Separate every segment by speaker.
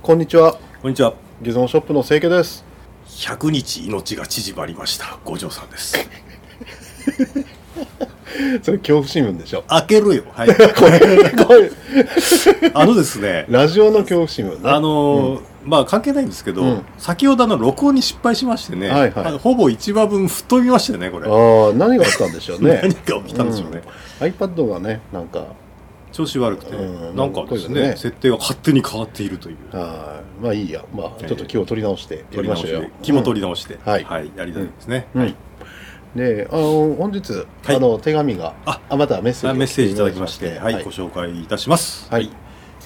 Speaker 1: こんにちは。
Speaker 2: こんにちは。
Speaker 1: ギゾンショップの清家です。
Speaker 2: 100日命が縮まりました。五条さんです。
Speaker 1: それ恐怖新聞でしょ。
Speaker 2: 開けるよ。はい。
Speaker 1: これ、これ、
Speaker 2: あのですね、
Speaker 1: ラジオの恐怖新聞ね。
Speaker 2: あのーまあ関係ないんですけど、
Speaker 1: うん
Speaker 2: 先ほどあの録音に失敗しましてね、
Speaker 1: はいはい
Speaker 2: あのほぼ1話分吹っ飛びましたよね、これ。
Speaker 1: ああ、何があったんでしょうね。
Speaker 2: 何が起きたんでしょうね。
Speaker 1: うん iPad がね、なんか、
Speaker 2: 調子悪くて、
Speaker 1: うん
Speaker 2: なんかです
Speaker 1: そ
Speaker 2: ね
Speaker 1: うですね
Speaker 2: 設定が勝手に変わっているという。
Speaker 1: あーまあいいや。まあ、ちょっと気を取り直して、やりましょうよ
Speaker 2: で。気も取り直して、
Speaker 1: んはい
Speaker 2: やりたいですね。
Speaker 1: うんうんで、あの、本日、
Speaker 2: はい
Speaker 1: あの、手紙が、
Speaker 2: あ
Speaker 1: あ、またメッセー
Speaker 2: あ
Speaker 1: ジ。
Speaker 2: メッセージいただきまして、はい、
Speaker 1: はい
Speaker 2: ご。紹介いたします。
Speaker 1: はい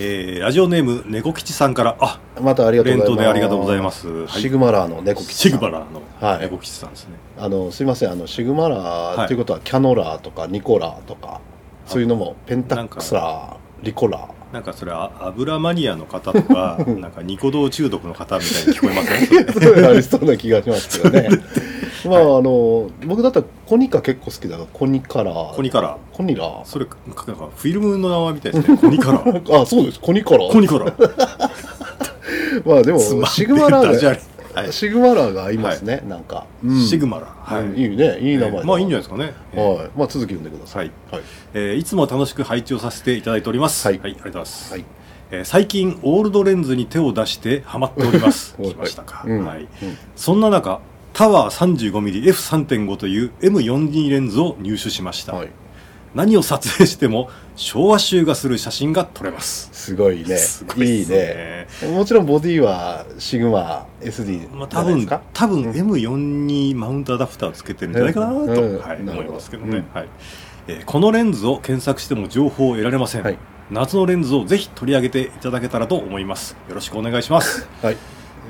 Speaker 2: えーラジオネーム、猫吉さんから、あ、
Speaker 1: またありがとう
Speaker 2: 弁
Speaker 1: ございます。
Speaker 2: 当でありがとうございま。す。はい
Speaker 1: シグマラーの猫吉さ
Speaker 2: シ
Speaker 1: ん
Speaker 2: グマラーの
Speaker 1: はい
Speaker 2: 猫吉さんですね。
Speaker 1: あのすいませんあのシグマラ
Speaker 2: は
Speaker 1: ー
Speaker 2: い
Speaker 1: ということはキャノラーとかニコラーとかそういうのもペンタックスラーリコラ
Speaker 2: なんかそれは油マニアの方とか、 なんかニコ動中毒の方みたいに聞こえませんそれ
Speaker 1: ーそういうのありそうな気がしますけど ねまああの僕だったらコニカ結構好きだからコニカラー
Speaker 2: コニカラー。
Speaker 1: コニラー
Speaker 2: それ、なんかフィルムの名前みた いですね。コニカラー。
Speaker 1: あそうですコニカラー
Speaker 2: コニカラー。
Speaker 1: まあでも
Speaker 2: つまんねえ
Speaker 1: シグマラ
Speaker 2: ダジャ
Speaker 1: ー
Speaker 2: レは
Speaker 1: が
Speaker 2: い
Speaker 1: シグマラーがいますね、なんか、うん
Speaker 2: シグマラー。
Speaker 1: うんいいねいい名前だ、
Speaker 2: えーまあいいんじゃないですかね。えー
Speaker 1: はいまあ続き読んでくださいはい
Speaker 2: えーいつも楽しく配置をさせていただいております。
Speaker 1: は
Speaker 2: はいい、ありがとうございます。
Speaker 1: はい。
Speaker 2: えー最近オールドレンズに手を出してハマっております
Speaker 1: おいおい
Speaker 2: 来ましたか。
Speaker 1: うん
Speaker 2: はい。
Speaker 1: うん
Speaker 2: そんな中、タワー 35mmF3.5 という M42 レンズを入手しました。
Speaker 1: はい、
Speaker 2: 何を撮影しても昭和集がする写真が撮れます。
Speaker 1: すごいね
Speaker 2: すごい
Speaker 1: い
Speaker 2: っ
Speaker 1: い
Speaker 2: すね
Speaker 1: ねもちろんボディはシグマ SD
Speaker 2: まあ、
Speaker 1: じゃ
Speaker 2: 多
Speaker 1: ないで
Speaker 2: 分
Speaker 1: すか、
Speaker 2: 多分
Speaker 1: うん
Speaker 2: M4 にマウントアダプターをつけてるんじゃないかなと、
Speaker 1: うん
Speaker 2: はい
Speaker 1: うんなるほど
Speaker 2: 思いますけどね、
Speaker 1: うん
Speaker 2: はいえーこのレンズを検索しても情報を得られません、
Speaker 1: はい
Speaker 2: 夏のレンズをぜひ取り上げていただけたらと思いますよろしくお願いします
Speaker 1: はい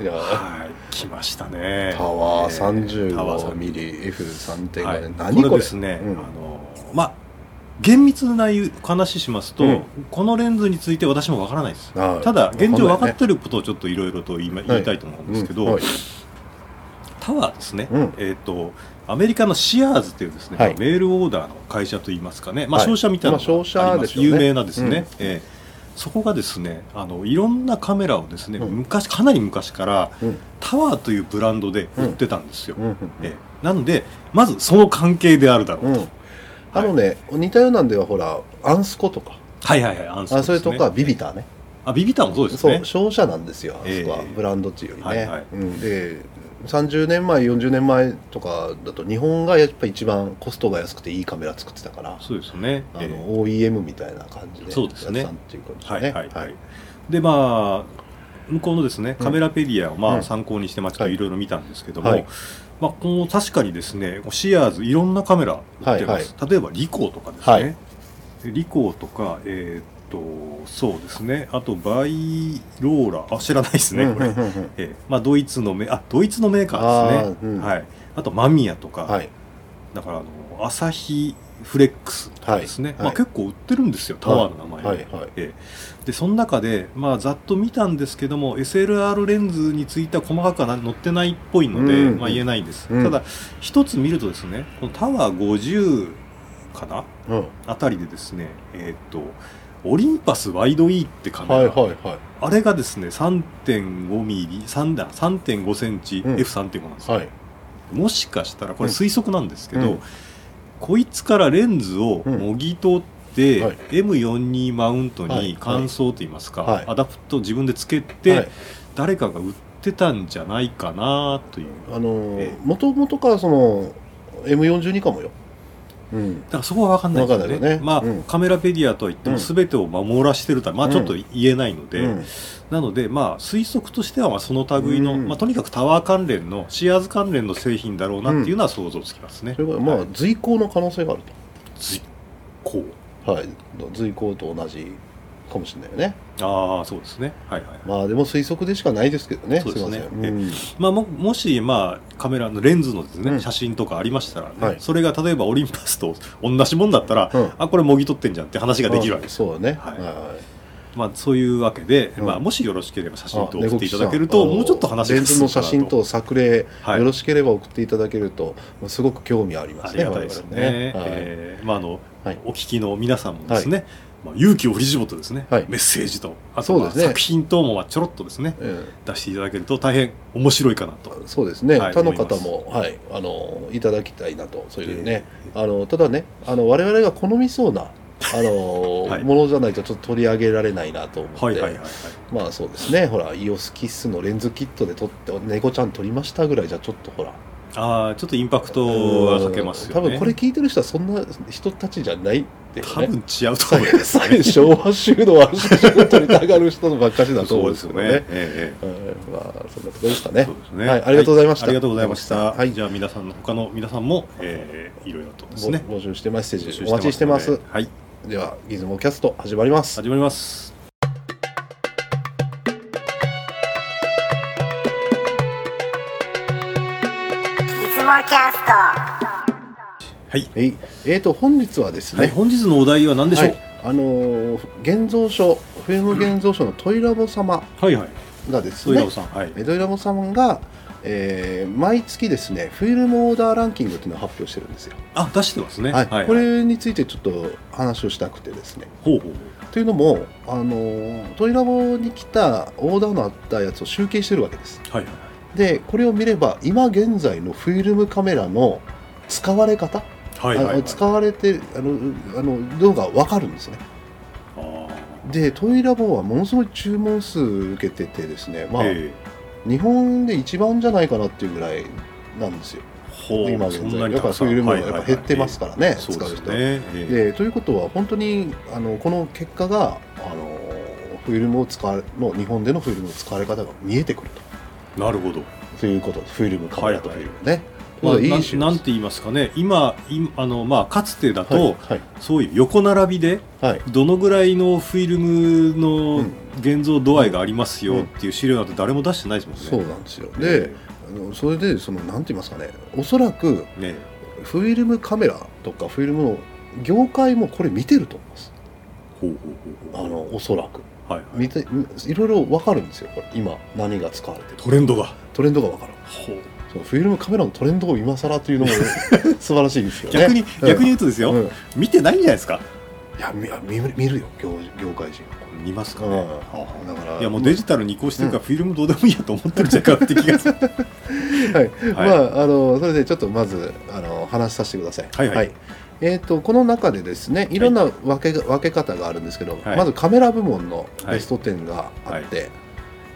Speaker 1: いや
Speaker 2: はい来ましたね
Speaker 1: タワ
Speaker 2: え
Speaker 1: ー
Speaker 2: タワー
Speaker 1: 35
Speaker 2: 35
Speaker 1: ミリ F3.5
Speaker 2: はい
Speaker 1: ね、何こ
Speaker 2: こ
Speaker 1: れ
Speaker 2: れですね、
Speaker 1: うん
Speaker 2: あのまあ厳密な話しますと、
Speaker 1: うん
Speaker 2: このレンズについて私もわからないです
Speaker 1: はい
Speaker 2: ただ現状
Speaker 1: わ
Speaker 2: 分
Speaker 1: かん
Speaker 2: か
Speaker 1: ないね
Speaker 2: ってることをちょっといろいろと今言いたいと思うんですけど、
Speaker 1: うんはい
Speaker 2: タワーですね、
Speaker 1: うん
Speaker 2: えっ、と、アメリカのシアーズというですね、
Speaker 1: はい
Speaker 2: メールオーダーの会社といいますかね、まあ、
Speaker 1: はい
Speaker 2: 商社みたいなのが
Speaker 1: まあ商社
Speaker 2: ありま
Speaker 1: ですしょうね
Speaker 2: 有名なですね、
Speaker 1: うん
Speaker 2: えーそこがですねあの、いろんなカメラをですね、
Speaker 1: うん
Speaker 2: 昔かなり昔から
Speaker 1: うん
Speaker 2: タワーというブランドで売ってたんですよ。
Speaker 1: うん
Speaker 2: えーなので、まずその関係であるだろう。
Speaker 1: うんうんあのね、似たようなんではほらアンスコとか
Speaker 2: はいはいはい、アン
Speaker 1: あそれとか
Speaker 2: ビ
Speaker 1: ビビターね
Speaker 2: あビビタもそうです
Speaker 1: そ
Speaker 2: ね
Speaker 1: う。商社なんですよあ
Speaker 2: え
Speaker 1: そ
Speaker 2: え
Speaker 1: こは、ブランドっていうよりね、
Speaker 2: はいはい
Speaker 1: うん、で30年前40年前とかだと日本がやっぱ一番コストが安くていいカメラ作ってたから
Speaker 2: そうですね。
Speaker 1: あの、
Speaker 2: えー
Speaker 1: OEM みたいな感じで
Speaker 2: そうですね
Speaker 1: やってたっていうこと
Speaker 2: はい
Speaker 1: で
Speaker 2: は
Speaker 1: す
Speaker 2: い
Speaker 1: ね
Speaker 2: はい、でまあ向こうのですねカメラペディアをま
Speaker 1: うん
Speaker 2: あ参考にしてまちょっ
Speaker 1: は
Speaker 2: と
Speaker 1: い
Speaker 2: いろいろ見たんですけども、
Speaker 1: はい
Speaker 2: まあ、この確かにですねシアーズいろんなカメラ売ってます、
Speaker 1: はい
Speaker 2: 例えばリコーとかですね、
Speaker 1: はい
Speaker 2: リコーとかえーっとそうですねあとバイローラーあ知らないですねこれ、
Speaker 1: うんうん うんうん
Speaker 2: えーまあ、ドイツのメあドイツのメーカーですね
Speaker 1: あーうん
Speaker 2: はい、あとマミヤとか、
Speaker 1: はい
Speaker 2: だからあのアサヒフレックスとかです
Speaker 1: は
Speaker 2: ね、
Speaker 1: い
Speaker 2: まあ、
Speaker 1: はい
Speaker 2: 結構売ってるんですよ、タワーの名前で、
Speaker 1: はいはい
Speaker 2: ええでその中で、まあ、ざっと見たんですけども SLR レンズについては細かくは載ってないっぽいので、
Speaker 1: うん
Speaker 2: まあ、言えないです、
Speaker 1: うん
Speaker 2: ただ一つ見るとですねこのタワー50かな
Speaker 1: うん
Speaker 2: あたりでですねえーっとオリンパスワイド E ってカメラ、
Speaker 1: はいはいはい
Speaker 2: あれがですね3.5ミリ3 3.5センチ、
Speaker 1: うん
Speaker 2: F3.5 なんですよ、
Speaker 1: はい
Speaker 2: もしかしたらこれ
Speaker 1: うん
Speaker 2: 推測なんですけ
Speaker 1: う
Speaker 2: ど、
Speaker 1: ん
Speaker 2: こいつからレンズを
Speaker 1: うん
Speaker 2: もぎ取って、
Speaker 1: はい
Speaker 2: M42 マウント
Speaker 1: はい
Speaker 2: に換装といいますか、
Speaker 1: はい
Speaker 2: アダプトを自分でつけて、
Speaker 1: で
Speaker 2: 誰かが売ってたんじゃないかなという
Speaker 1: あの
Speaker 2: ええ
Speaker 1: もともとからその M42 かもよ、うん、
Speaker 2: だからそこは分かんないですよね
Speaker 1: 分かんないよね
Speaker 2: まあ
Speaker 1: うん
Speaker 2: カメラペディアとは言っても
Speaker 1: うん
Speaker 2: 全てを守らしてるとは、まあ、
Speaker 1: うん
Speaker 2: ちょっと言えないので、
Speaker 1: うん
Speaker 2: なので、まあ、推測としてはまあその類の、
Speaker 1: うん
Speaker 2: まあ、とにかくタワー関連のシアーズ関連の製品だろうなっていうのは想像つきますね。
Speaker 1: それからま
Speaker 2: は
Speaker 1: あ
Speaker 2: い
Speaker 1: 随行の可能性がある
Speaker 2: 随行
Speaker 1: と、はい、随行と同じかもしれないよね
Speaker 2: ああそうですねはいはいはい
Speaker 1: まあでも推測でしかないですけどね
Speaker 2: そうですね
Speaker 1: いません、うん
Speaker 2: まあ、ももし、まあ、カメラのレンズのです、ね
Speaker 1: うん
Speaker 2: 写真とかありましたらね、
Speaker 1: はい
Speaker 2: それが例えばオリンパスと同じもんだったら、
Speaker 1: うん
Speaker 2: あこれもぎ取ってんじゃんって話ができるわけです、
Speaker 1: そうだね、は
Speaker 2: はいい
Speaker 1: はい
Speaker 2: まあ、そういうわけで、
Speaker 1: うん
Speaker 2: まあ、もしよろしければ写真
Speaker 1: あ
Speaker 2: と送っていただける
Speaker 1: 猫口
Speaker 2: と
Speaker 1: さん
Speaker 2: もうちょっと話
Speaker 1: レ
Speaker 2: が
Speaker 1: ンズ
Speaker 2: 進
Speaker 1: の
Speaker 2: むか
Speaker 1: 写
Speaker 2: なと
Speaker 1: 真と作例、
Speaker 2: はい
Speaker 1: よろしければ送っていただけるとすごく興味ありま
Speaker 2: あ
Speaker 1: す
Speaker 2: り
Speaker 1: ね
Speaker 2: がたいですね
Speaker 1: 我々ねはい
Speaker 2: えーまああの
Speaker 1: はい
Speaker 2: お聞きの皆さんもですね、まあ、勇気を振り絞ってですね、
Speaker 1: はい
Speaker 2: メッセージと、あとは
Speaker 1: そうですね
Speaker 2: 作品等もまあちょろっとですね、
Speaker 1: え
Speaker 2: 出していただけると大変面白いかなと。
Speaker 1: えそうですね、
Speaker 2: はい
Speaker 1: 他の
Speaker 2: 思いま
Speaker 1: 方
Speaker 2: す
Speaker 1: も、はい、あのいただきたいなとそういうね、
Speaker 2: え
Speaker 1: あのただねあの我々が好みそうなあの、
Speaker 2: はい
Speaker 1: ものじゃないとちょっと取り上げられないなと思って、
Speaker 2: はいはいはいはい。
Speaker 1: まあそうですねほらイオスキッスのレンズキットで撮って猫ちゃん撮りましたぐらいじゃちょっとほら
Speaker 2: ああ、ちょっとインパクトはかけますよね。
Speaker 1: 多分これ、聞いてる人はそんな人たちじゃないって、ね、
Speaker 2: 多分違うと
Speaker 1: 最
Speaker 2: 思います、ね。
Speaker 1: 昭和州のある写真を撮りたがる人のばっかしだと思うんですけどね。
Speaker 2: ええ
Speaker 1: うんまあそんなとこですか
Speaker 2: ええ
Speaker 1: ね
Speaker 2: そう。ですね。
Speaker 1: はいありがとうございました
Speaker 2: ありがとうございました。
Speaker 1: はい
Speaker 2: じゃあ皆さんの他の皆さんも、ええいろいろとです
Speaker 1: ぼ
Speaker 2: ね。
Speaker 1: 募集してメッセージお待ちしてま
Speaker 2: 募
Speaker 1: す
Speaker 2: 集。のではい、
Speaker 1: ではギズモキャスト始まります。
Speaker 2: 始まります。
Speaker 3: いつもキャスト
Speaker 2: はい。
Speaker 1: はい、えーと本日はです
Speaker 2: はい、
Speaker 1: ね。
Speaker 2: 本日のお題は何でしょう、
Speaker 1: はいあのー現像所フェム現像所のトイラボ様
Speaker 2: はい、はいはい
Speaker 1: がです
Speaker 2: そうい
Speaker 1: ね
Speaker 2: う。さん。はい。
Speaker 1: えートイラボ様が、えー毎月ですねフィルムオーダーランキングっていうのを発表してるんですよ。
Speaker 2: あ、出してますね。
Speaker 1: はい、こ
Speaker 2: ほう
Speaker 1: れについてちょっと話をしたくてですね。
Speaker 2: ほうほう。
Speaker 1: というのもあのトイラボに来たオーダーのあったやつを集計してるわけです
Speaker 2: はいはい。
Speaker 1: でこれを見れば今現在のフィルムカメラの使われ方、
Speaker 2: はいはい、は
Speaker 1: あ
Speaker 2: い。
Speaker 1: の使われてあのあののが分かるんですね
Speaker 2: あー
Speaker 1: でトイラボはものすごい注文数受けててですねまあ、
Speaker 2: え
Speaker 1: 日本で一番じゃないかなっていうぐらいなんですよ
Speaker 2: えほう
Speaker 1: 今現
Speaker 2: そんな
Speaker 1: 在
Speaker 2: に
Speaker 1: だ
Speaker 2: た
Speaker 1: から
Speaker 2: くさ
Speaker 1: フ
Speaker 2: ん
Speaker 1: ィルムが
Speaker 2: はい
Speaker 1: や
Speaker 2: は
Speaker 1: っ
Speaker 2: いは
Speaker 1: ぱ
Speaker 2: い
Speaker 1: 減ってますからね、
Speaker 2: そう
Speaker 1: 使
Speaker 2: で
Speaker 1: う
Speaker 2: す
Speaker 1: 人
Speaker 2: ね。ええ
Speaker 1: でということは本当にあのこの結果があのフィルムを使わの日本でのフィルムの使われ方が見えてくると
Speaker 2: なるほど。
Speaker 1: ということですフィルムカメラとフィルムね。
Speaker 2: まあ、
Speaker 1: いい
Speaker 2: なん
Speaker 1: 手術
Speaker 2: なんて言いますかね、今、今あのまあ、かつてだと、
Speaker 1: はい
Speaker 2: そういう横並びで、
Speaker 1: はい、はい
Speaker 2: どのぐらいのフィルム
Speaker 1: う
Speaker 2: の
Speaker 1: ん
Speaker 2: 現像度合いがあります
Speaker 1: うん
Speaker 2: よっていう資料なんて誰も出してないですもんね。
Speaker 1: そうなんですよ。で
Speaker 2: え
Speaker 1: あのそれでそのなんて言いますかねおそらく
Speaker 2: えね
Speaker 1: フィルムカメラとかフィルムの業界もこれ見てると思います。
Speaker 2: ほう
Speaker 1: あ
Speaker 2: ほうほうほう
Speaker 1: のおそらく
Speaker 2: はいはい、
Speaker 1: 見ていろいろわかるんですよ。これ今何が使われてる
Speaker 2: トレンドが。
Speaker 1: トレンドがわかる。
Speaker 2: ほう
Speaker 1: そのフィルムカメラのトレンドを今更というの も素晴らしいですよね。
Speaker 2: 逆に、
Speaker 1: うん
Speaker 2: 逆に言うとですよ、
Speaker 1: うんい
Speaker 2: 見てないんじゃないですか。
Speaker 1: や見見る見るよ業業界人はこ
Speaker 2: 見ますか
Speaker 1: れ、
Speaker 2: ね。
Speaker 1: うん、だから
Speaker 2: いやもうデジタルに移行してるから、フィルムどうでもいいやと思ってるんじゃないかって気がする。
Speaker 1: はい、
Speaker 2: はい
Speaker 1: まああのそれでちょっとまずあの話させてください。
Speaker 2: はいはい
Speaker 1: えー、とこの中でですねいろんな分け,、分け方があるんですけど、
Speaker 2: はい
Speaker 1: まずカメラ部門のベスト10があって、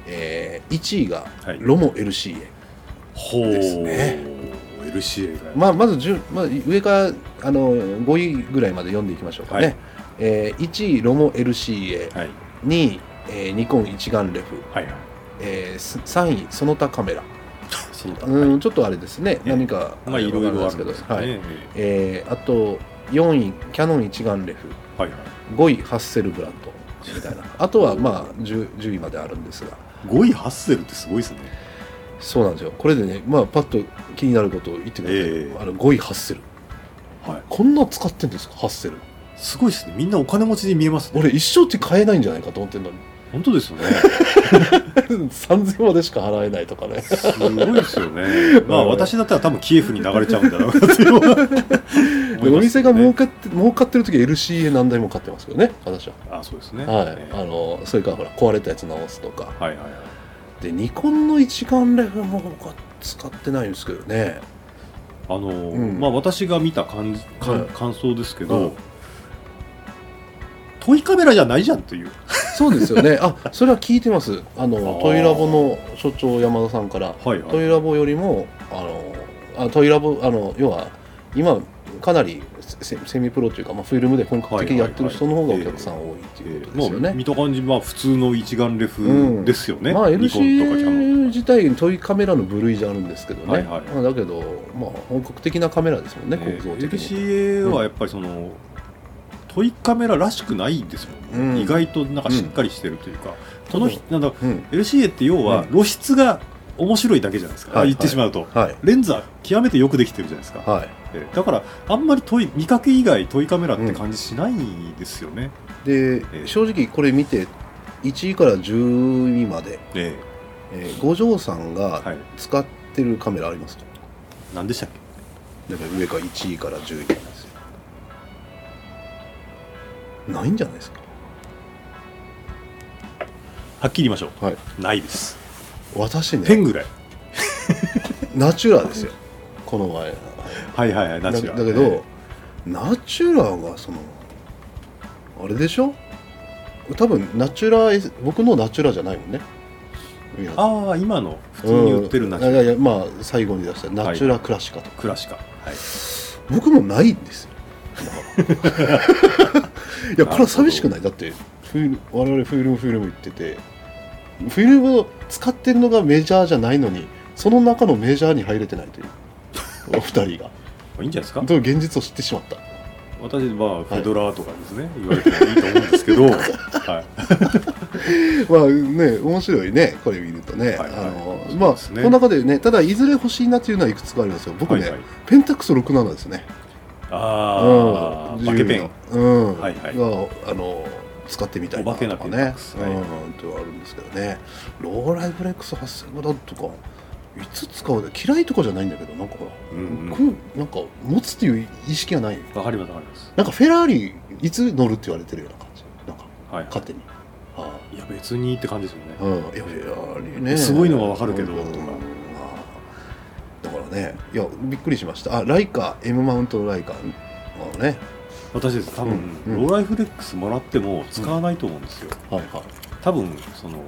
Speaker 1: え1位が
Speaker 2: はい
Speaker 1: ロモ LCA、
Speaker 2: ほう
Speaker 1: ですね
Speaker 2: LCA が。
Speaker 1: まあ、まず順、まあ、上からあの5位ぐらいまで読んでいきましょうかね、
Speaker 2: はい
Speaker 1: え1位ロモ LCA2
Speaker 2: はい
Speaker 1: 位、えーニコン一眼レフ、
Speaker 2: はいはい。
Speaker 1: え3位その他カメラ、
Speaker 2: その他。
Speaker 1: う
Speaker 2: は
Speaker 1: んちょっとあれですね
Speaker 2: え
Speaker 1: 何か
Speaker 2: いまあいろいろあるん
Speaker 1: わ
Speaker 2: で
Speaker 1: か
Speaker 2: す
Speaker 1: ん
Speaker 2: けど。
Speaker 1: ない
Speaker 2: ね
Speaker 1: ですけどはいえーあと4位キャノン一眼レフ
Speaker 2: はいはい。
Speaker 1: 5位ハッセルブランドみたい なあとはまあ 10, 10位まであるんですが
Speaker 2: 5位ハッセルってすごいですね。
Speaker 1: そうなんですよこれでねまあパッと気になることを言ってください、
Speaker 2: ええ
Speaker 1: あの5位ハッセル
Speaker 2: はい。
Speaker 1: こんな使ってんですかハッセル
Speaker 2: すごいですね。みんなお金持ちに見えますね。
Speaker 1: 俺一生って買えないんじゃないかと思ってんのに
Speaker 2: 本当ですよね。
Speaker 1: 3000までしか払えないとかね
Speaker 2: すごいですよね。 まあ私だったら多分キエフに流れちゃうんだろうなっていうのは思い ます
Speaker 1: で
Speaker 2: ね
Speaker 1: お店が儲かって儲かってる時は LCA 何台も買ってますけどね私は、
Speaker 2: あそうですね。
Speaker 1: はい
Speaker 2: え、え
Speaker 1: あのそれからほら壊れたやつ直すとか
Speaker 2: はいはいはい。
Speaker 1: でニコンの一眼レフも僕は使ってないんですけどね
Speaker 2: あのー
Speaker 1: うん
Speaker 2: まあ私が見た感じ感
Speaker 1: はい
Speaker 2: 感想ですけ
Speaker 1: うん
Speaker 2: ど、トイカメラじゃないじゃんという。
Speaker 1: そうですよねあそれは聞いてますあの
Speaker 2: あー
Speaker 1: トイラボの所長山田さんから
Speaker 2: はい
Speaker 1: ト
Speaker 2: はい。
Speaker 1: イラボよりもあのあトイラボあの要は今かなりセセミプロというか、まあ、フィルムで本格的にやってる人の方がお客さん多いって
Speaker 2: え
Speaker 1: いうこ
Speaker 2: え
Speaker 1: とで
Speaker 2: ます
Speaker 1: よね、
Speaker 2: あ見た感じまあ普通の一眼レフですよね。
Speaker 1: まあ、
Speaker 2: ニコンとかキャノ
Speaker 1: LCA
Speaker 2: ン
Speaker 1: 自体にトイカメラの部類じゃあるんですけどね、
Speaker 2: はいはい
Speaker 1: まあ、だけど、まあ、本格的なカメラですもんね
Speaker 2: ね
Speaker 1: 構造的に、
Speaker 2: LCA はやっぱりその、トイカメラらしくないですもん
Speaker 1: う
Speaker 2: ね、
Speaker 1: ん
Speaker 2: 意外となんかしっかりしてるというか、このひなんだ
Speaker 1: うん、
Speaker 2: LCA って要は
Speaker 1: うん
Speaker 2: 露出が面白いだけじゃないですか、
Speaker 1: はい
Speaker 2: 言ってしまうと、
Speaker 1: はい
Speaker 2: レンズは極めてよくできてるじゃないですか、
Speaker 1: はい
Speaker 2: ええだからあんまりトイ見かけ以外トイカメラって感じしないですよね、
Speaker 1: で、
Speaker 2: え
Speaker 1: 正直これ見て1位から10位まで、え
Speaker 2: え
Speaker 1: ー五条さん
Speaker 2: え
Speaker 1: が
Speaker 2: はい
Speaker 1: 使ってるカメラありますか、
Speaker 2: 何でしたっけ
Speaker 1: だから上から1位から10位なんですよないんじゃないですか
Speaker 2: はっきり言いましょ
Speaker 1: はいう
Speaker 2: ないです
Speaker 1: 私
Speaker 2: ペ
Speaker 1: ね
Speaker 2: ンぐらい
Speaker 1: ナチュラですよこの前
Speaker 2: はいはいはいナチュラ
Speaker 1: だだけど、ナチュラがそのあれでしょ多分ナチュラエス僕のナチュラじゃないもんねいや
Speaker 2: ああ今の普通に売ってるナチュ
Speaker 1: うん
Speaker 2: ラ
Speaker 1: いやいやまあ最後に出したナチュラクラシカとか、
Speaker 2: クラシカはい
Speaker 1: 僕もないん ですよいやこれは寂しくないだってフィル我々フィルムフィルム言っててフィルムを使ってるのがメジャーじゃないのにその中のメジャーに入れてない というお二人が
Speaker 2: いいんじゃないですか
Speaker 1: という現実を知ってしまった
Speaker 2: 私はフェドラーとかですね、言われてもいいと思うんです けど、はい、
Speaker 1: まあね面白いねこれ見るとね、
Speaker 2: はいはい
Speaker 1: あの
Speaker 2: そう
Speaker 1: まあ
Speaker 2: です
Speaker 1: こ
Speaker 2: ね
Speaker 1: の中でねただいずれ欲しいなっていうのはいくつかありますよ僕ね、
Speaker 2: はいはい
Speaker 1: ペンタックス67ですね
Speaker 2: ああ、
Speaker 1: うん
Speaker 2: バケペン、
Speaker 1: うん
Speaker 2: はいはい
Speaker 1: があの使ってみたいなと
Speaker 2: お化
Speaker 1: か
Speaker 2: けなペンタッ
Speaker 1: ね
Speaker 2: クス
Speaker 1: う
Speaker 2: はい
Speaker 1: んってはあるんですけどねローライブレックス8000だとかいつ使うで嫌いとかじゃないんだけどなんかほら、
Speaker 2: うん
Speaker 1: こうなんか持つっていう意識がない
Speaker 2: わかります、わかります、
Speaker 1: なんかフェラーリいつ乗るって言われてるような感じなんか
Speaker 2: はいは、
Speaker 1: 勝手に、はい
Speaker 2: いや、別にって感じですよね、
Speaker 1: うん、いやいやね
Speaker 2: すごいのはわかるけど
Speaker 1: うん
Speaker 2: とか
Speaker 1: あーだからねいやびっくりしましたあライカ M マウントのライカあのね
Speaker 2: 私です、多分、
Speaker 1: うんうん
Speaker 2: ローライフレックスもらっても使わないと思うんですよ、
Speaker 1: はいはい
Speaker 2: 多分その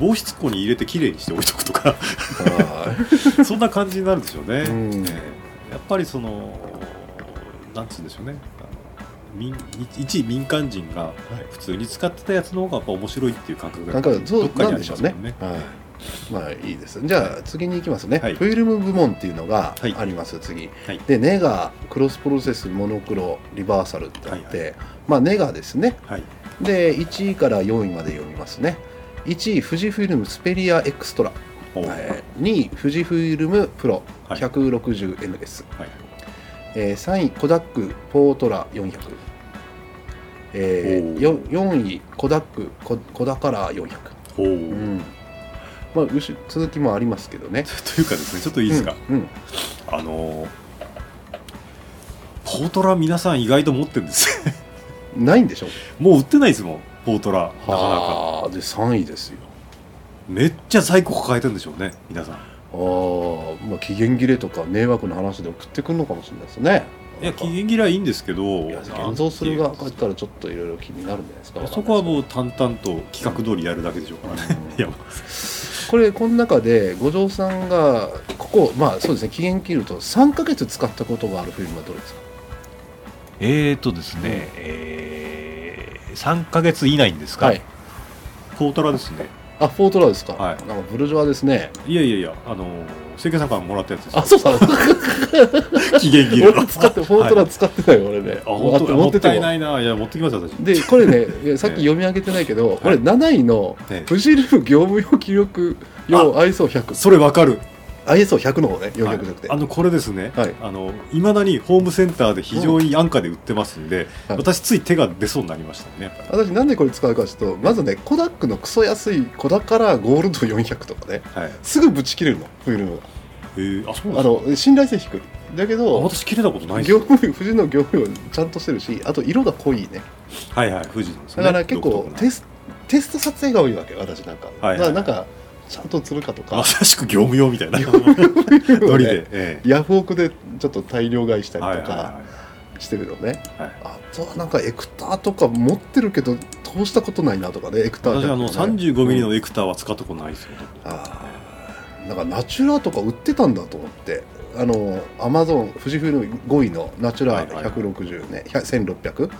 Speaker 2: 防湿庫に入れてきれいにして置いとくとか、そんな感じになるんですよね、
Speaker 1: うん
Speaker 2: ええやっぱりその、なんつうんでしょうね。あの民一民間人が普通に使ってたやつの方がやっぱ面白いっていう感覚が
Speaker 1: なんかそ
Speaker 2: ど
Speaker 1: う
Speaker 2: っか
Speaker 1: な
Speaker 2: に
Speaker 1: ん
Speaker 2: あ
Speaker 1: で
Speaker 2: り
Speaker 1: しょ
Speaker 2: ま
Speaker 1: う
Speaker 2: すも
Speaker 1: ね
Speaker 2: んね。
Speaker 1: はいまあいいですじゃあ次に行きますね、
Speaker 2: はい
Speaker 1: フィルム部門っていうのが
Speaker 2: はい
Speaker 1: あります、次、
Speaker 2: はい
Speaker 1: でネガクロスプロセスモノクロリバーサルってあって、
Speaker 2: は
Speaker 1: まあネガですね
Speaker 2: はい
Speaker 1: で1位から4位まで読みますね1位富士フィルムスペリアエクストラ
Speaker 2: おう
Speaker 1: えー2位富士フィルムプロ
Speaker 2: はい
Speaker 1: 160M です、
Speaker 2: はい
Speaker 1: えー3位コダックポートラ400、えー、
Speaker 2: おー
Speaker 1: よ4位コダックココダカラー400、
Speaker 2: ほう
Speaker 1: うんまあ、うし続きもありますけどね
Speaker 2: というかですねちょっといいですか、
Speaker 1: うんうん
Speaker 2: あのーポートラ皆さん意外と持ってるんですよ
Speaker 1: ないんでしょ
Speaker 2: もう売ってないですもんポートラなかなか
Speaker 1: あで3位ですよ
Speaker 2: めっちゃ在庫抱えてるんでしょうね皆さん
Speaker 1: あー、まあ期限切れとか迷惑な話で送ってくるのかもしれないですね
Speaker 2: いや期
Speaker 1: い
Speaker 2: 限切れはいいんですけど
Speaker 1: や現像する側か
Speaker 2: なん
Speaker 1: って
Speaker 2: い
Speaker 1: たらちょっといろいろ気になるんじゃないです
Speaker 2: う
Speaker 1: か
Speaker 2: かそこは
Speaker 1: う
Speaker 2: もう淡々と企画通りやるだけでしょうからね、
Speaker 1: うん
Speaker 2: いや
Speaker 1: これこの中で五条さんがここまあそうですね期限切ると3ヶ月使ったことがあるフィルムはどれですか
Speaker 2: えーとですね、えー、3か月以内にですか、
Speaker 1: はい
Speaker 2: ポートラですね
Speaker 1: あフォートラですか、
Speaker 2: はい
Speaker 1: なんかブルジョワですね
Speaker 2: いやいやいやあのー清家さんからもらったやつですよ
Speaker 1: あそう だ
Speaker 2: 期限切れ
Speaker 1: 俺は使ってフォートラ使ってないよ俺ね
Speaker 2: あ本当
Speaker 1: 持
Speaker 2: も
Speaker 1: っ
Speaker 2: っ
Speaker 1: て
Speaker 2: てたい
Speaker 1: ても
Speaker 2: ないな。いや、持ってきますよ、私。
Speaker 1: でこれ ねいやさっき読み上げてないけど、俺7位の
Speaker 2: ええ
Speaker 1: 富士ルーム業務用記録用 ISO100
Speaker 2: それわかる。
Speaker 1: ISO100 の方ね400じゃなくて、
Speaker 2: あの、これですね。
Speaker 1: はい
Speaker 2: あの、いまだにホームセンターで非常に安価で売ってますんで、
Speaker 1: はい
Speaker 2: 私つい手が出そうになりましたね、やっぱり。
Speaker 1: 私なんでこれ使うかちょっとまずねコダックのクソ安いコダカラーゴールド400とかね
Speaker 2: はい。
Speaker 1: すぐぶち切れるのフィルムが
Speaker 2: えー、あ、そうな
Speaker 1: あ
Speaker 2: んですか。
Speaker 1: の信頼性低いだけ
Speaker 2: あ
Speaker 1: ど
Speaker 2: 私切れたことないです
Speaker 1: 業
Speaker 2: よ。
Speaker 1: 務用富士の業務用ちゃんとしてるしあと色が濃いね
Speaker 2: はいはい、富士のです
Speaker 1: だ
Speaker 2: ね。
Speaker 1: から結
Speaker 2: 独
Speaker 1: 構
Speaker 2: 特な
Speaker 1: テステスト撮影が多いわけ私なんか、
Speaker 2: はいはいはい
Speaker 1: だからなんかちゃんと釣るかとか
Speaker 2: まさしく業務用みたいな。ノ
Speaker 1: ノ
Speaker 2: リで。ええ
Speaker 1: ヤフオクでちょっと大量買いした
Speaker 2: はい
Speaker 1: り
Speaker 2: は
Speaker 1: と
Speaker 2: い
Speaker 1: か
Speaker 2: は
Speaker 1: してるのね、
Speaker 2: い。はい
Speaker 1: あとはなんかエクターとか持ってるけど通したことないなとかねエクター
Speaker 2: 私、あの、35ミリの
Speaker 1: エク
Speaker 2: エクターは使ったことないですよ。
Speaker 1: ターなんかナチュラとか売ってたんだと思ってあのアマゾン富士フイルム5位のナチュラ
Speaker 2: はいはい
Speaker 1: 160ね、100 1600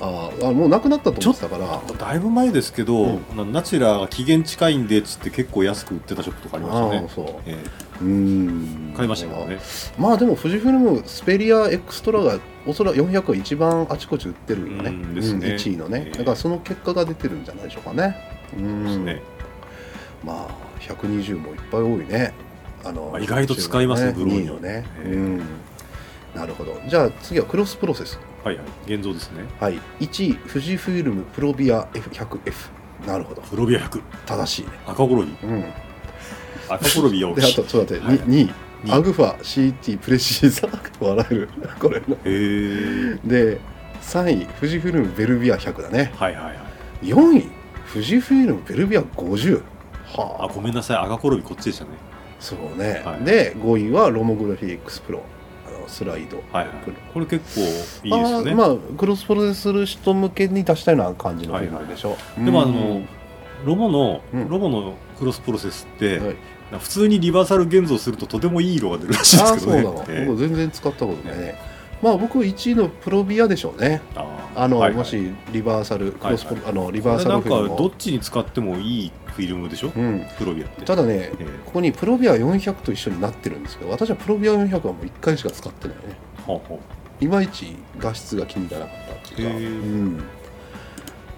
Speaker 1: あーあもうなくなったと思ってたから
Speaker 2: だいぶ前ですけど、
Speaker 1: う
Speaker 2: なナチュラが期限近いんでっつって結構安く売ってたショップとかありました
Speaker 1: あ
Speaker 2: ね
Speaker 1: ー、そう
Speaker 2: え
Speaker 1: うーん
Speaker 2: え買いましたけどね
Speaker 1: まあでも富士フイルムスペリアエクストラがおそらく400は一番あちこち売ってるよね,、
Speaker 2: うんですね
Speaker 1: 1位のね
Speaker 2: ええ
Speaker 1: だからその結果が出てるんじゃないでしょうかねうん
Speaker 2: ですね
Speaker 1: まあ120もいっぱい多いねあの、
Speaker 2: まあ意外と使いますねブローニ
Speaker 1: 2位
Speaker 2: ャ
Speaker 1: のね、
Speaker 2: ええ
Speaker 1: うんなるほどじゃあ次はクロスプロセス
Speaker 2: はいはい現像ですね
Speaker 1: はい1位富士フイルムプロビア F100F なるほど
Speaker 2: プロビア100
Speaker 1: 正しいね
Speaker 2: 赤コ
Speaker 1: う
Speaker 2: ロビ
Speaker 1: んで
Speaker 2: 赤コロビ
Speaker 1: あ
Speaker 2: を
Speaker 1: とちょっと待って、
Speaker 2: はい
Speaker 1: 2位
Speaker 2: 二位
Speaker 1: アグファ CT プレシーザー笑えるこれ
Speaker 2: へえ
Speaker 1: で3位富士フイルムベルビア100だね
Speaker 2: はいはいはい
Speaker 1: 4位富士フイルムベルビア50は
Speaker 2: あごめんなさい赤転びこっちでしたね
Speaker 1: あそうね、
Speaker 2: はい
Speaker 1: で5位はロモグラフィックスプロあのスライド
Speaker 2: はいはいこれ結構いい
Speaker 1: あ
Speaker 2: ですよね
Speaker 1: ーまあクロスプロでする人向けに出したような感じのフィルムでしょ、
Speaker 2: でもあ
Speaker 1: う
Speaker 2: の
Speaker 1: ん
Speaker 2: ロボの、
Speaker 1: うん
Speaker 2: ロボのクロスプロセスって、
Speaker 1: はい
Speaker 2: 普通にリバーサル現像するととてもいい色が出るらしいで
Speaker 1: あ
Speaker 2: す
Speaker 1: あ
Speaker 2: け
Speaker 1: そ
Speaker 2: ど
Speaker 1: う
Speaker 2: ね
Speaker 1: なの、
Speaker 2: ええ
Speaker 1: 僕全然使ったことないねまあ僕1位のプロビアでしょうね
Speaker 2: あー
Speaker 1: あの、
Speaker 2: はいはい
Speaker 1: もしリバーサルクロスプロ、
Speaker 2: は
Speaker 1: あのリ
Speaker 2: こ
Speaker 1: バー
Speaker 2: れ
Speaker 1: サ
Speaker 2: な
Speaker 1: ル
Speaker 2: ん
Speaker 1: フ
Speaker 2: か
Speaker 1: ィルム
Speaker 2: ど
Speaker 1: を
Speaker 2: っちに使ってもいいフィルムでしょ、
Speaker 1: うん
Speaker 2: プロビアって
Speaker 1: ただね、
Speaker 2: ええ
Speaker 1: ここにプロビア400と一緒になってるんですけど私はプロビア400はもう1回しか使ってないね
Speaker 2: ほうほう
Speaker 1: いまいち画質が気に入らなかったっていうか、
Speaker 2: へえ
Speaker 1: うん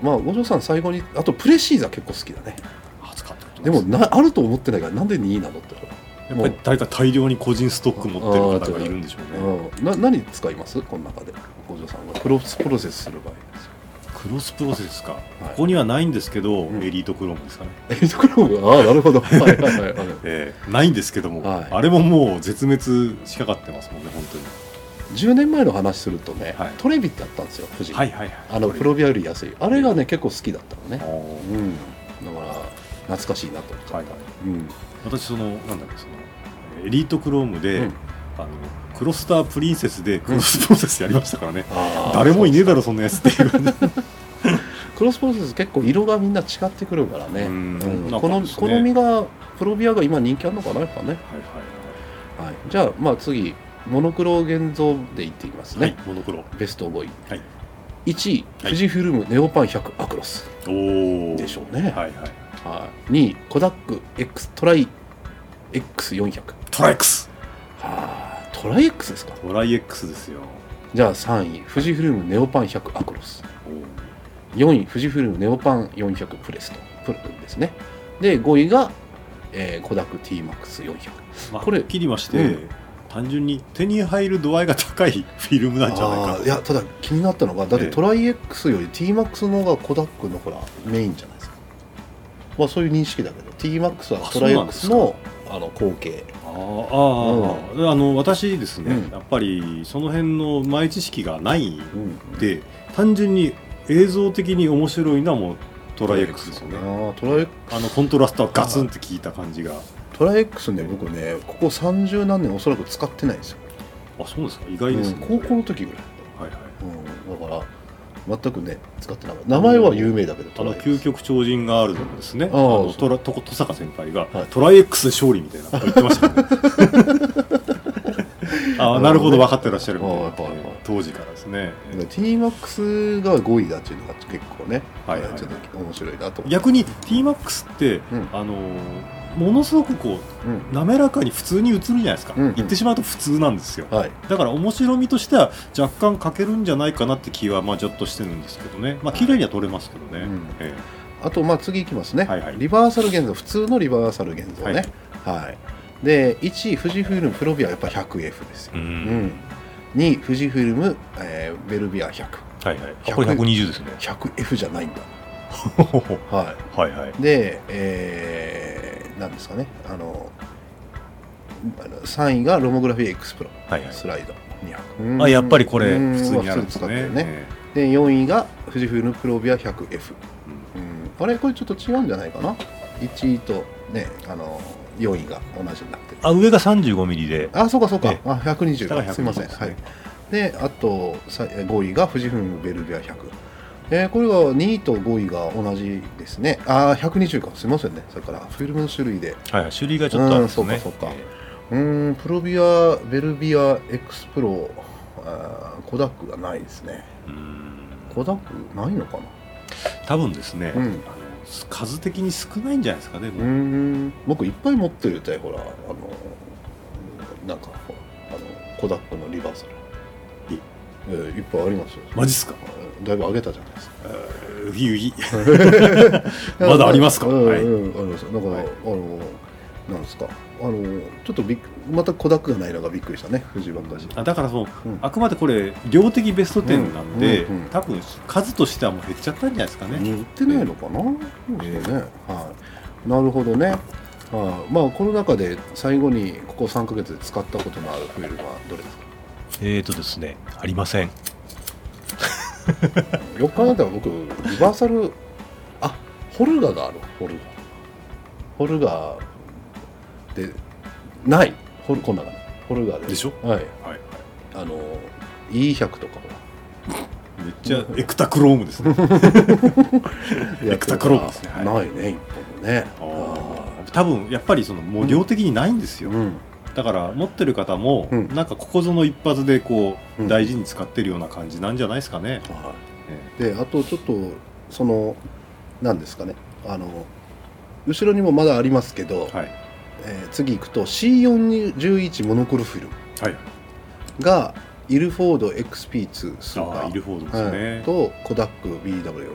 Speaker 1: まあ五条さん最後にあとプレシーザ結構好きだね
Speaker 2: あ使ったことな
Speaker 1: で
Speaker 2: い
Speaker 1: も
Speaker 2: す
Speaker 1: なあると思ってないからなんで2位なのって話
Speaker 2: やっぱり誰か大量に個人ストック持ってる
Speaker 1: あ
Speaker 2: 方
Speaker 1: ーちょっ
Speaker 2: が
Speaker 1: と
Speaker 2: いるんでしょうね
Speaker 1: うん、な何使いますこの中で五条さんはクロスプロセスする場合ですよ
Speaker 2: クロスプロセスか、
Speaker 1: い
Speaker 2: ここにはないんですけど、
Speaker 1: うん
Speaker 2: エリートクロームですかね、
Speaker 1: エリートクロームああなるほどはいはいはいはい
Speaker 2: ええないんですけども、
Speaker 1: はい
Speaker 2: あれももう絶滅しかかってますもんね本当に
Speaker 1: 10年前の話するとね、
Speaker 2: はい
Speaker 1: トレビってあったんですよ富士、
Speaker 2: はいはいはい
Speaker 1: あのプロビアより安いあれがね結構好きだったの
Speaker 2: あ
Speaker 1: ね
Speaker 2: ー
Speaker 1: うんだから懐かしいなと思っちゃ
Speaker 2: は
Speaker 1: っ
Speaker 2: い
Speaker 1: た、
Speaker 2: はい
Speaker 1: うん
Speaker 2: 私そのなんだろうそのエリートクロームで、
Speaker 1: うん
Speaker 2: あのクロスタープリンセスでクロスプロセスやりましたからね、
Speaker 1: あー
Speaker 2: 誰もいねえだろそんなやつっていう
Speaker 1: クロスプロセス結構色がみんな違ってくるからね、
Speaker 2: うん
Speaker 1: うん
Speaker 2: なんか
Speaker 1: この
Speaker 2: です
Speaker 1: 好
Speaker 2: ね
Speaker 1: みがプロビアが今人気あるのかなやっぱね、
Speaker 2: はいは
Speaker 1: はい、じゃあまあ次モノクロ現像でいってみます
Speaker 2: いは
Speaker 1: ね、
Speaker 2: い、モノクロ
Speaker 1: ベスト5位、
Speaker 2: はい
Speaker 1: 1位
Speaker 2: はい
Speaker 1: 富士フィルムネオパン100アクロス
Speaker 2: おお
Speaker 1: でしょうね、
Speaker 2: はいはい
Speaker 1: はい、2位コダック X トライ X400
Speaker 2: トライ X
Speaker 1: はあトライ X ですか
Speaker 2: トライ X ですよ
Speaker 1: じゃあ3位富士フィルムネオパン100アクロス
Speaker 2: おー
Speaker 1: 4位富士フィルムネオパン400プレスとプレですねで5位が、えー、コダック TMAX400
Speaker 2: まあ、
Speaker 1: こ
Speaker 2: こ
Speaker 1: れ
Speaker 2: れ切りまして、
Speaker 1: うん
Speaker 2: 単純に手に入る度合いが高いフィルムなんじゃないか
Speaker 1: あ
Speaker 2: と
Speaker 1: ーいやただ気になったのがだって
Speaker 2: ええ
Speaker 1: トライ X より TMAX の方がコダックのほらメインじゃないですかまあそういう認識だけど TMAX は
Speaker 2: あ
Speaker 1: トライ
Speaker 2: そうなんです
Speaker 1: X
Speaker 2: か
Speaker 1: のあの後継
Speaker 2: あーあー、あの私ですね、
Speaker 1: うん
Speaker 2: やっぱりその辺の前知識がない
Speaker 1: うん
Speaker 2: で単純に映像的に面白いのはもうトライ X ですよね
Speaker 1: ああトライ
Speaker 2: あのコントラストがガツンって効いた感じが
Speaker 1: トライ X ね僕ねここ30何年おそらく使ってないんですよ
Speaker 2: あそうですか意外ですね、
Speaker 1: うん高校の時ぐらい、
Speaker 2: はいはい
Speaker 1: うん、だから全くね使ってなかった名前は有名だけど
Speaker 2: あ
Speaker 1: トラ
Speaker 2: の
Speaker 1: イ X
Speaker 2: 究極超人ガールズのですね、
Speaker 1: あ
Speaker 2: あ
Speaker 1: あ
Speaker 2: のトラとこ登坂先輩が、
Speaker 1: はい
Speaker 2: トライ X で勝利みたいなこと言ってまし たね。ああ、なるほど、分かってらっしゃるみたいな、
Speaker 1: はいはいはい
Speaker 2: 当時からですね。
Speaker 1: TMAX が5位だっていうのが結構ね、
Speaker 2: はいはいはい
Speaker 1: ちょっと面白いなと思って
Speaker 2: 逆に TMAX って、
Speaker 1: うん
Speaker 2: あのーものすごくこう
Speaker 1: うん
Speaker 2: 滑らかに普通に映るじゃないですか、
Speaker 1: うんうん
Speaker 2: 言ってしまうと普通なんですよ
Speaker 1: はい
Speaker 2: だから面白みとしては若干欠けるんじゃないかなって気はまあちょっとしてるんですけどねまあ綺麗には撮れますけどね、
Speaker 1: うん
Speaker 2: え
Speaker 1: あとまあ次いきますね、
Speaker 2: はいはい
Speaker 1: リバーサル現像普通のリバーサル現像ねはい、で1位富士フイルムプロビアやっぱ 100F ですよ
Speaker 2: えう、
Speaker 1: うんん2位富士フイルム、えーベルビア
Speaker 2: はいはい
Speaker 1: これ120
Speaker 2: ですね
Speaker 1: 100100F じゃないんだはい
Speaker 2: はいはい
Speaker 1: で、えー、なんですかね、あの、あの3位がロモグラフィー X プロ、
Speaker 2: はいはい
Speaker 1: スライド200。
Speaker 2: あやっぱりこれ
Speaker 1: うん
Speaker 2: 普通にあるんです
Speaker 1: 普通に使
Speaker 2: ね
Speaker 1: ってるね。で、4位が富士フイルムプロビア 100F。
Speaker 2: うん
Speaker 1: うん、あれ、これちょっと違うんじゃないかな。1位とね、あの、4位が同じになってる。
Speaker 2: あ上が 35mm で
Speaker 1: あ、そうかそうか
Speaker 2: ええ。
Speaker 1: あ、120
Speaker 2: 下が
Speaker 1: だ。
Speaker 2: 120
Speaker 1: すいません。
Speaker 2: です
Speaker 1: は
Speaker 2: ね
Speaker 1: い。で、あとさ5位が富士フイルムベルビア100。えーこれが2位と5位が同じですね。あー、120か。すいませんね。それからフィルムの種類で
Speaker 2: はいはい種類が
Speaker 1: ちょっとあるんですねうんそうかそうかうーん、プロビア、ベルビア、エクスプロ、あーコダックがないですね。コダックないのかな
Speaker 2: 多分ですね、
Speaker 1: うん
Speaker 2: あの数的に少ないんじゃないですかね
Speaker 1: うー、
Speaker 2: もうん
Speaker 1: 僕いっぱい持ってるって、ほら、あの、なんか、ほら、あの、コダックのリバーサル。
Speaker 2: え
Speaker 1: えーいっぱいありますよ。
Speaker 2: マジっすか
Speaker 1: えーだいぶ上げたじゃないですか。
Speaker 2: うぎうぎまだありますか、
Speaker 1: うん
Speaker 2: はい
Speaker 1: うん、ありますだから、
Speaker 2: はい
Speaker 1: あの、なんですか、あの、ちょっとびっくまたコダックがないのがびっくりしたね、藤井ばっかし。
Speaker 2: あだからその
Speaker 1: うん
Speaker 2: あくまでこれ量的ベスト10なんで、
Speaker 1: うんうんうん
Speaker 2: 多分数としてはもう減っちゃったんじゃないですかね、
Speaker 1: 売ってないのかな、そうですね、はい、なるほどね、はい、まあこの中で最後にここ3ヶ月で使ったことのあるフィルムはどれですか
Speaker 2: えーとですねありません
Speaker 1: よく考えたら僕リバーサルあホルガがあるホルガホルガでないホルこんなのホルガで
Speaker 2: でしょ
Speaker 1: はい
Speaker 2: はい
Speaker 1: あの E100 とかほ
Speaker 2: めっちゃエクタクロームですね
Speaker 1: ら
Speaker 2: エクタクロームですねはい
Speaker 1: ないね一本もね
Speaker 2: あー多分やっぱりそのもう量的にないんですよ、
Speaker 1: うん
Speaker 2: だから持ってる方も、
Speaker 1: うん
Speaker 2: なんかここぞの一発でこう、
Speaker 1: うん
Speaker 2: 大事に使ってるような感じなんじゃないですかね、
Speaker 1: は
Speaker 2: え
Speaker 1: いであとちょっとそのなんですかねあの後ろにもまだありますけど、
Speaker 2: えはい
Speaker 1: えー次行くと C411 モノクロフィルム
Speaker 2: はい
Speaker 1: がイルフォード XP2 スーパ
Speaker 2: ああ
Speaker 1: ー
Speaker 2: イルフォードですね、
Speaker 1: はいとコダック BW400、
Speaker 2: はい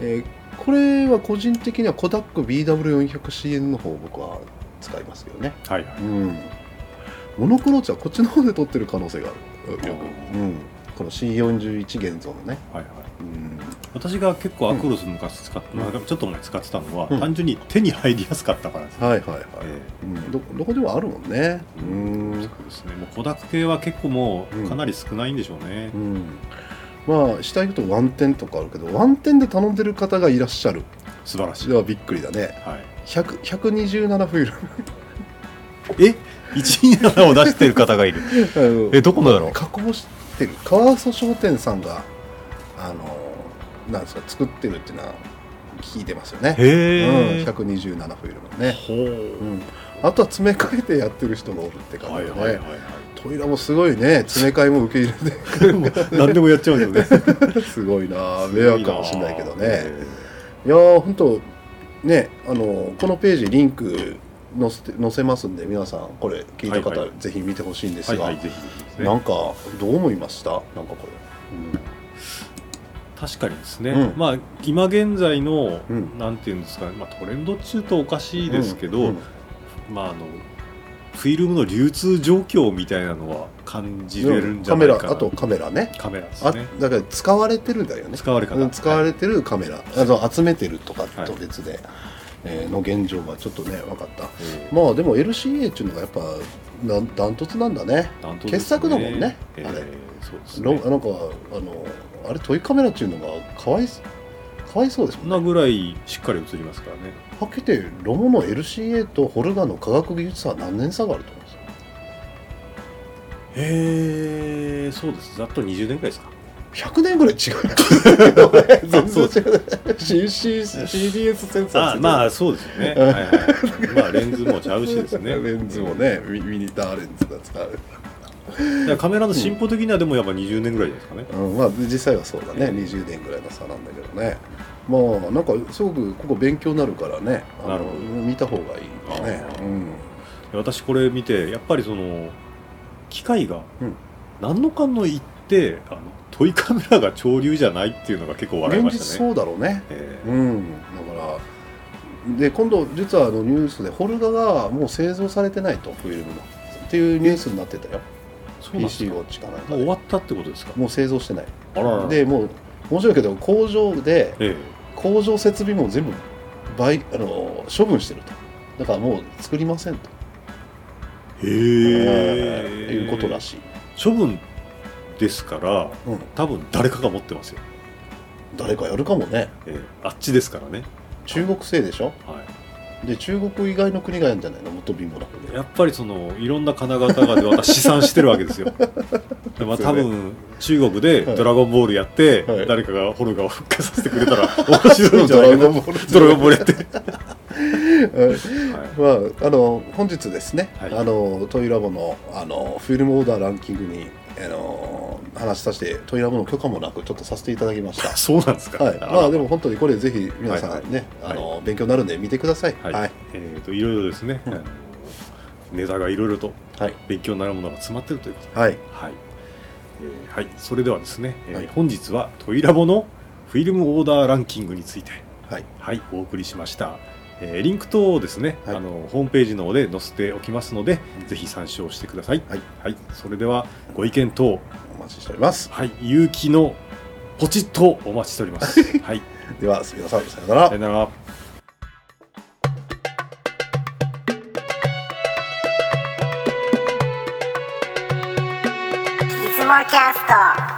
Speaker 1: えーこれは個人的にはコダック BW400CN の方を僕は使いますけどね
Speaker 2: はいはい
Speaker 1: うんモノクロ値はこっちの方で取ってる可能性がある
Speaker 2: ー
Speaker 1: よく、うん、この C41 現像のね、
Speaker 2: はいはい
Speaker 1: うん、
Speaker 2: 私が結構アクロス昔使って、なんかちょっと前使ってたのは、
Speaker 1: うん
Speaker 2: 単純に手に入りやすかったからですね、
Speaker 1: はいはいはい、
Speaker 2: え
Speaker 1: うん、どどこでもあるもんね
Speaker 2: え
Speaker 1: うん
Speaker 2: そうですねもうコダック系は結構も
Speaker 1: う
Speaker 2: うんかなり少ないんでしょうね、
Speaker 1: うん、まあ下行くとワンテンとかあるけどワンテンで頼んでる方がいらっしゃる
Speaker 2: 素晴ら
Speaker 1: そ
Speaker 2: しい、
Speaker 1: れ
Speaker 2: はい、
Speaker 1: はびっくりだね100 127フィル
Speaker 2: え127を出してる方がいる
Speaker 1: ム
Speaker 2: えどこのだろう
Speaker 1: 加工してる川曽商店さんがあのなんですか作ってるっていうのは聞いてますよね、
Speaker 2: へえ、
Speaker 1: うん、127フィルムね、
Speaker 2: ほ
Speaker 1: う、
Speaker 2: うん
Speaker 1: あとは詰め替えてやってる人がおるって感
Speaker 2: は
Speaker 1: じで、
Speaker 2: い
Speaker 1: ね
Speaker 2: はいはいはい
Speaker 1: トイラもすごいね詰め替えも受け入れ
Speaker 2: もう何でもやっちゃうんですよね
Speaker 1: てすごいな迷惑かもしれないけどねいやー本当ねあのこのページリンク載せて載せますんで皆さんこれ聞いた方、
Speaker 2: はいは
Speaker 1: ぜひ見てほしいんです
Speaker 2: はい
Speaker 1: が、
Speaker 2: はいぜひぜひですね
Speaker 1: なんかどう思いましたなんかこ
Speaker 2: 確かにですね、
Speaker 1: うん
Speaker 2: まあ今現在の、
Speaker 1: うん
Speaker 2: なんていうんですかね、まあ、トレンド中とおか
Speaker 1: れ
Speaker 2: しいですけど、
Speaker 1: うんうん
Speaker 2: まああのフィルムの流通状況みたいなのは感じれるんじゃないかな、
Speaker 1: カメラあとカメラね
Speaker 2: カメラです
Speaker 1: あ
Speaker 2: ね
Speaker 1: だから使われてるんだよね
Speaker 2: 使われ方、
Speaker 1: うん使われてるカメラ、あの集めてるとか
Speaker 2: は
Speaker 1: と
Speaker 2: い
Speaker 1: 別で、えーの現状がちょっとね分かった
Speaker 2: はい
Speaker 1: まあでも LCA っていうのがやっぱなダントツなんだね
Speaker 2: なんと
Speaker 1: 傑作だもんね
Speaker 2: えー
Speaker 1: あれ
Speaker 2: そうです
Speaker 1: ロ
Speaker 2: ね
Speaker 1: なんかあのあれトイカメラっていうのがかわいそかわいそうですも
Speaker 2: そん
Speaker 1: ん
Speaker 2: な
Speaker 1: ね
Speaker 2: ぐらいしっかり映りますからね
Speaker 1: はっきり言ってロモの LCA とホルガの科学技術差は何年差があると思うんですよ
Speaker 2: へえそうですざっと20年くらいですか
Speaker 1: 100年ぐらい違うよ全然違う CC CDS センサー
Speaker 2: あまあそうですよね、はいはい、まあレンズもちゃうしですね
Speaker 1: レンズもねミミニターレンズが使う、
Speaker 2: だからカメラの進歩的にはでもやっぱ20年ぐらいじゃないですかね、
Speaker 1: うん、まあ実際はそうだね
Speaker 2: うん
Speaker 1: 20年ぐらいの差なんだけどねまあなんかすごくここ勉強になるからねあの
Speaker 2: なるほど
Speaker 1: 見た方がいいよね
Speaker 2: あー
Speaker 1: うん
Speaker 2: 私これ見てやっぱりその機械が
Speaker 1: うん
Speaker 2: 何のかんの言ってあのトイカメラが潮流じゃないっていうのが結構笑い
Speaker 1: 現
Speaker 2: ま
Speaker 1: 実
Speaker 2: したね。
Speaker 1: そうだろうね
Speaker 2: ええ
Speaker 1: うん、だからで今度実はあのニュースでホルガがもう製造されてないとフィルムのっていうニュースになってたよ
Speaker 2: そうなんです
Speaker 1: PC
Speaker 2: か
Speaker 1: ウォ
Speaker 2: も
Speaker 1: ッチかなん
Speaker 2: う
Speaker 1: か
Speaker 2: 終
Speaker 1: で
Speaker 2: わったってことですか。
Speaker 1: もう製造してない
Speaker 2: あららら
Speaker 1: でもう面白いけど工場で
Speaker 2: え
Speaker 1: 工場設備も全部倍あの処分してるとだからもう作りませんと、
Speaker 2: え
Speaker 1: えーいうことらしい、
Speaker 2: 処分ですから
Speaker 1: うん、
Speaker 2: 多分誰かが持ってますよ。
Speaker 1: 誰かやるかもね
Speaker 2: ええあっちですからね。
Speaker 1: 中国製でしょ
Speaker 2: はい。
Speaker 1: で中国以外の国がやるんじゃないのもっと貧乏な国
Speaker 2: やっぱりそのいろんな金型がで私試算してるわけ ですよ。でまあ多分中国でドラゴンボールやって、
Speaker 1: はい
Speaker 2: 誰かがホルガを復活させてくれたら 面白いんじゃないかな。
Speaker 1: ンボー
Speaker 2: ドラゴンボールやって。
Speaker 1: ル まあ、あの本日ですね、
Speaker 2: はい
Speaker 1: あのトイラボのあのフィルムオーダーランキングにあの話させてトイラボの許可もなくちょっとさせていただきました。
Speaker 2: そうなんですか。
Speaker 1: はい、まあでも本当にこれぜひ皆さんね、
Speaker 2: はいはい
Speaker 1: あの勉強になるんで見てください。は、
Speaker 2: はいい
Speaker 1: はい
Speaker 2: えーといろいろですね、
Speaker 1: うん
Speaker 2: あのネタがいろいろと
Speaker 1: はい
Speaker 2: 勉強になるものが詰まってるということで、
Speaker 1: はい、
Speaker 2: はいえーはい、それではですね、えー
Speaker 1: はい
Speaker 2: 本日はトイラボのフィルムオーダーランキングについて、はい、お送りしました。えーリンク等をですね、
Speaker 1: はい
Speaker 2: あのホームページの方で載せておきますので、ぜひ参照してください。
Speaker 1: はい、
Speaker 2: それではご意見等、
Speaker 1: お待ちしております。
Speaker 2: はい、勇気のポチッとお待ちしてお ります。はい、
Speaker 1: では皆さんさようなら
Speaker 2: さよ。なら。
Speaker 3: いつもキャスト